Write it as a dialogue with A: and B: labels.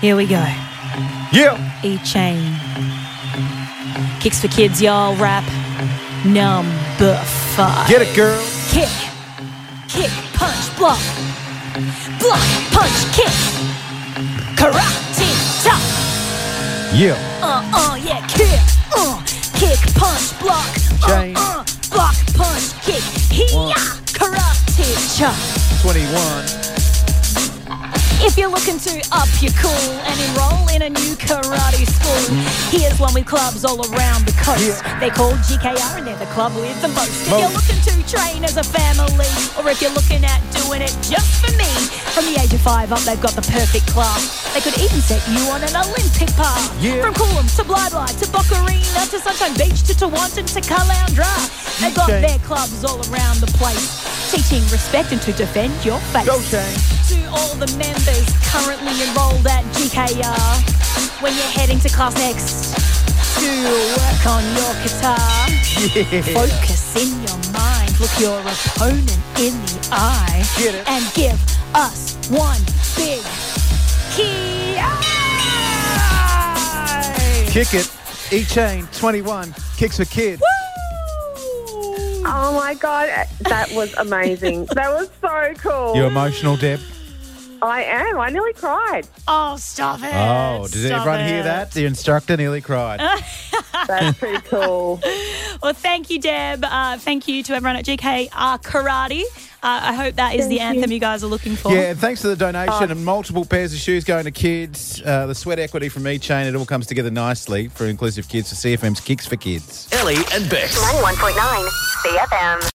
A: Here we go.
B: Yeah.
A: E Chain. Kicks for kids, y'all. Rap number five.
B: Get it, girl.
A: Kick, kick, punch, block. Block, punch, kick. Karate chop.
B: Yeah.
A: Uh, uh, yeah, kick. Uh, kick, punch, block.
B: Chain.
A: Uh, uh, block, punch, kick.
B: One.
A: Hiya, karate chop.
B: 21.
A: If you're looking to up your cool and enroll in a new karate school, here's one with clubs all around the coast.
B: Yeah.
A: They're called GKR and they're the club with the most. If you're
B: Most.
A: looking to train as a family, or if you're looking at doing it just for me, from the age of five up, they've got the perfect class. They could even set you on an Olympic path.
B: Yeah.
A: From Coolum to Bly Bly to Bocarina to Sunshine Beach to Tawantin to Caloundra, they've got
B: Okay.
A: their clubs all around the place, teaching respect and to defend your face
B: Go, Shane.
A: to all the members currently enrolled at GKR. When you're heading to class next, to work on your guitar. Focus in your mind, look your opponent in the eye,
B: Get it.
A: and give us one big key.
B: Kick it. E chain 21. Kicks a kid.
C: Oh my god, that was amazing. that was so cool.
B: You emotional, Deb?
C: I am. I nearly cried.
A: Oh, stop it.
B: Oh, did
A: Stop
B: everyone hear
A: it. Uh-huh.
B: that? The instructor nearly cried.
C: That's pretty cool.
A: Well, thank you, Deb. Uh, thank you to everyone at GKR Karate. Uh, I hope that is the anthem you guys are looking for.
B: Yeah, and thanks for the
A: Oh.
B: donation and multiple pairs of shoes going to kids. Uh, the sweat equity from E Chain, it all comes together nicely for inclusive kids for CFM's Kicks for Kids.
D: Ellie and Bex.
E: 91.9 CFM.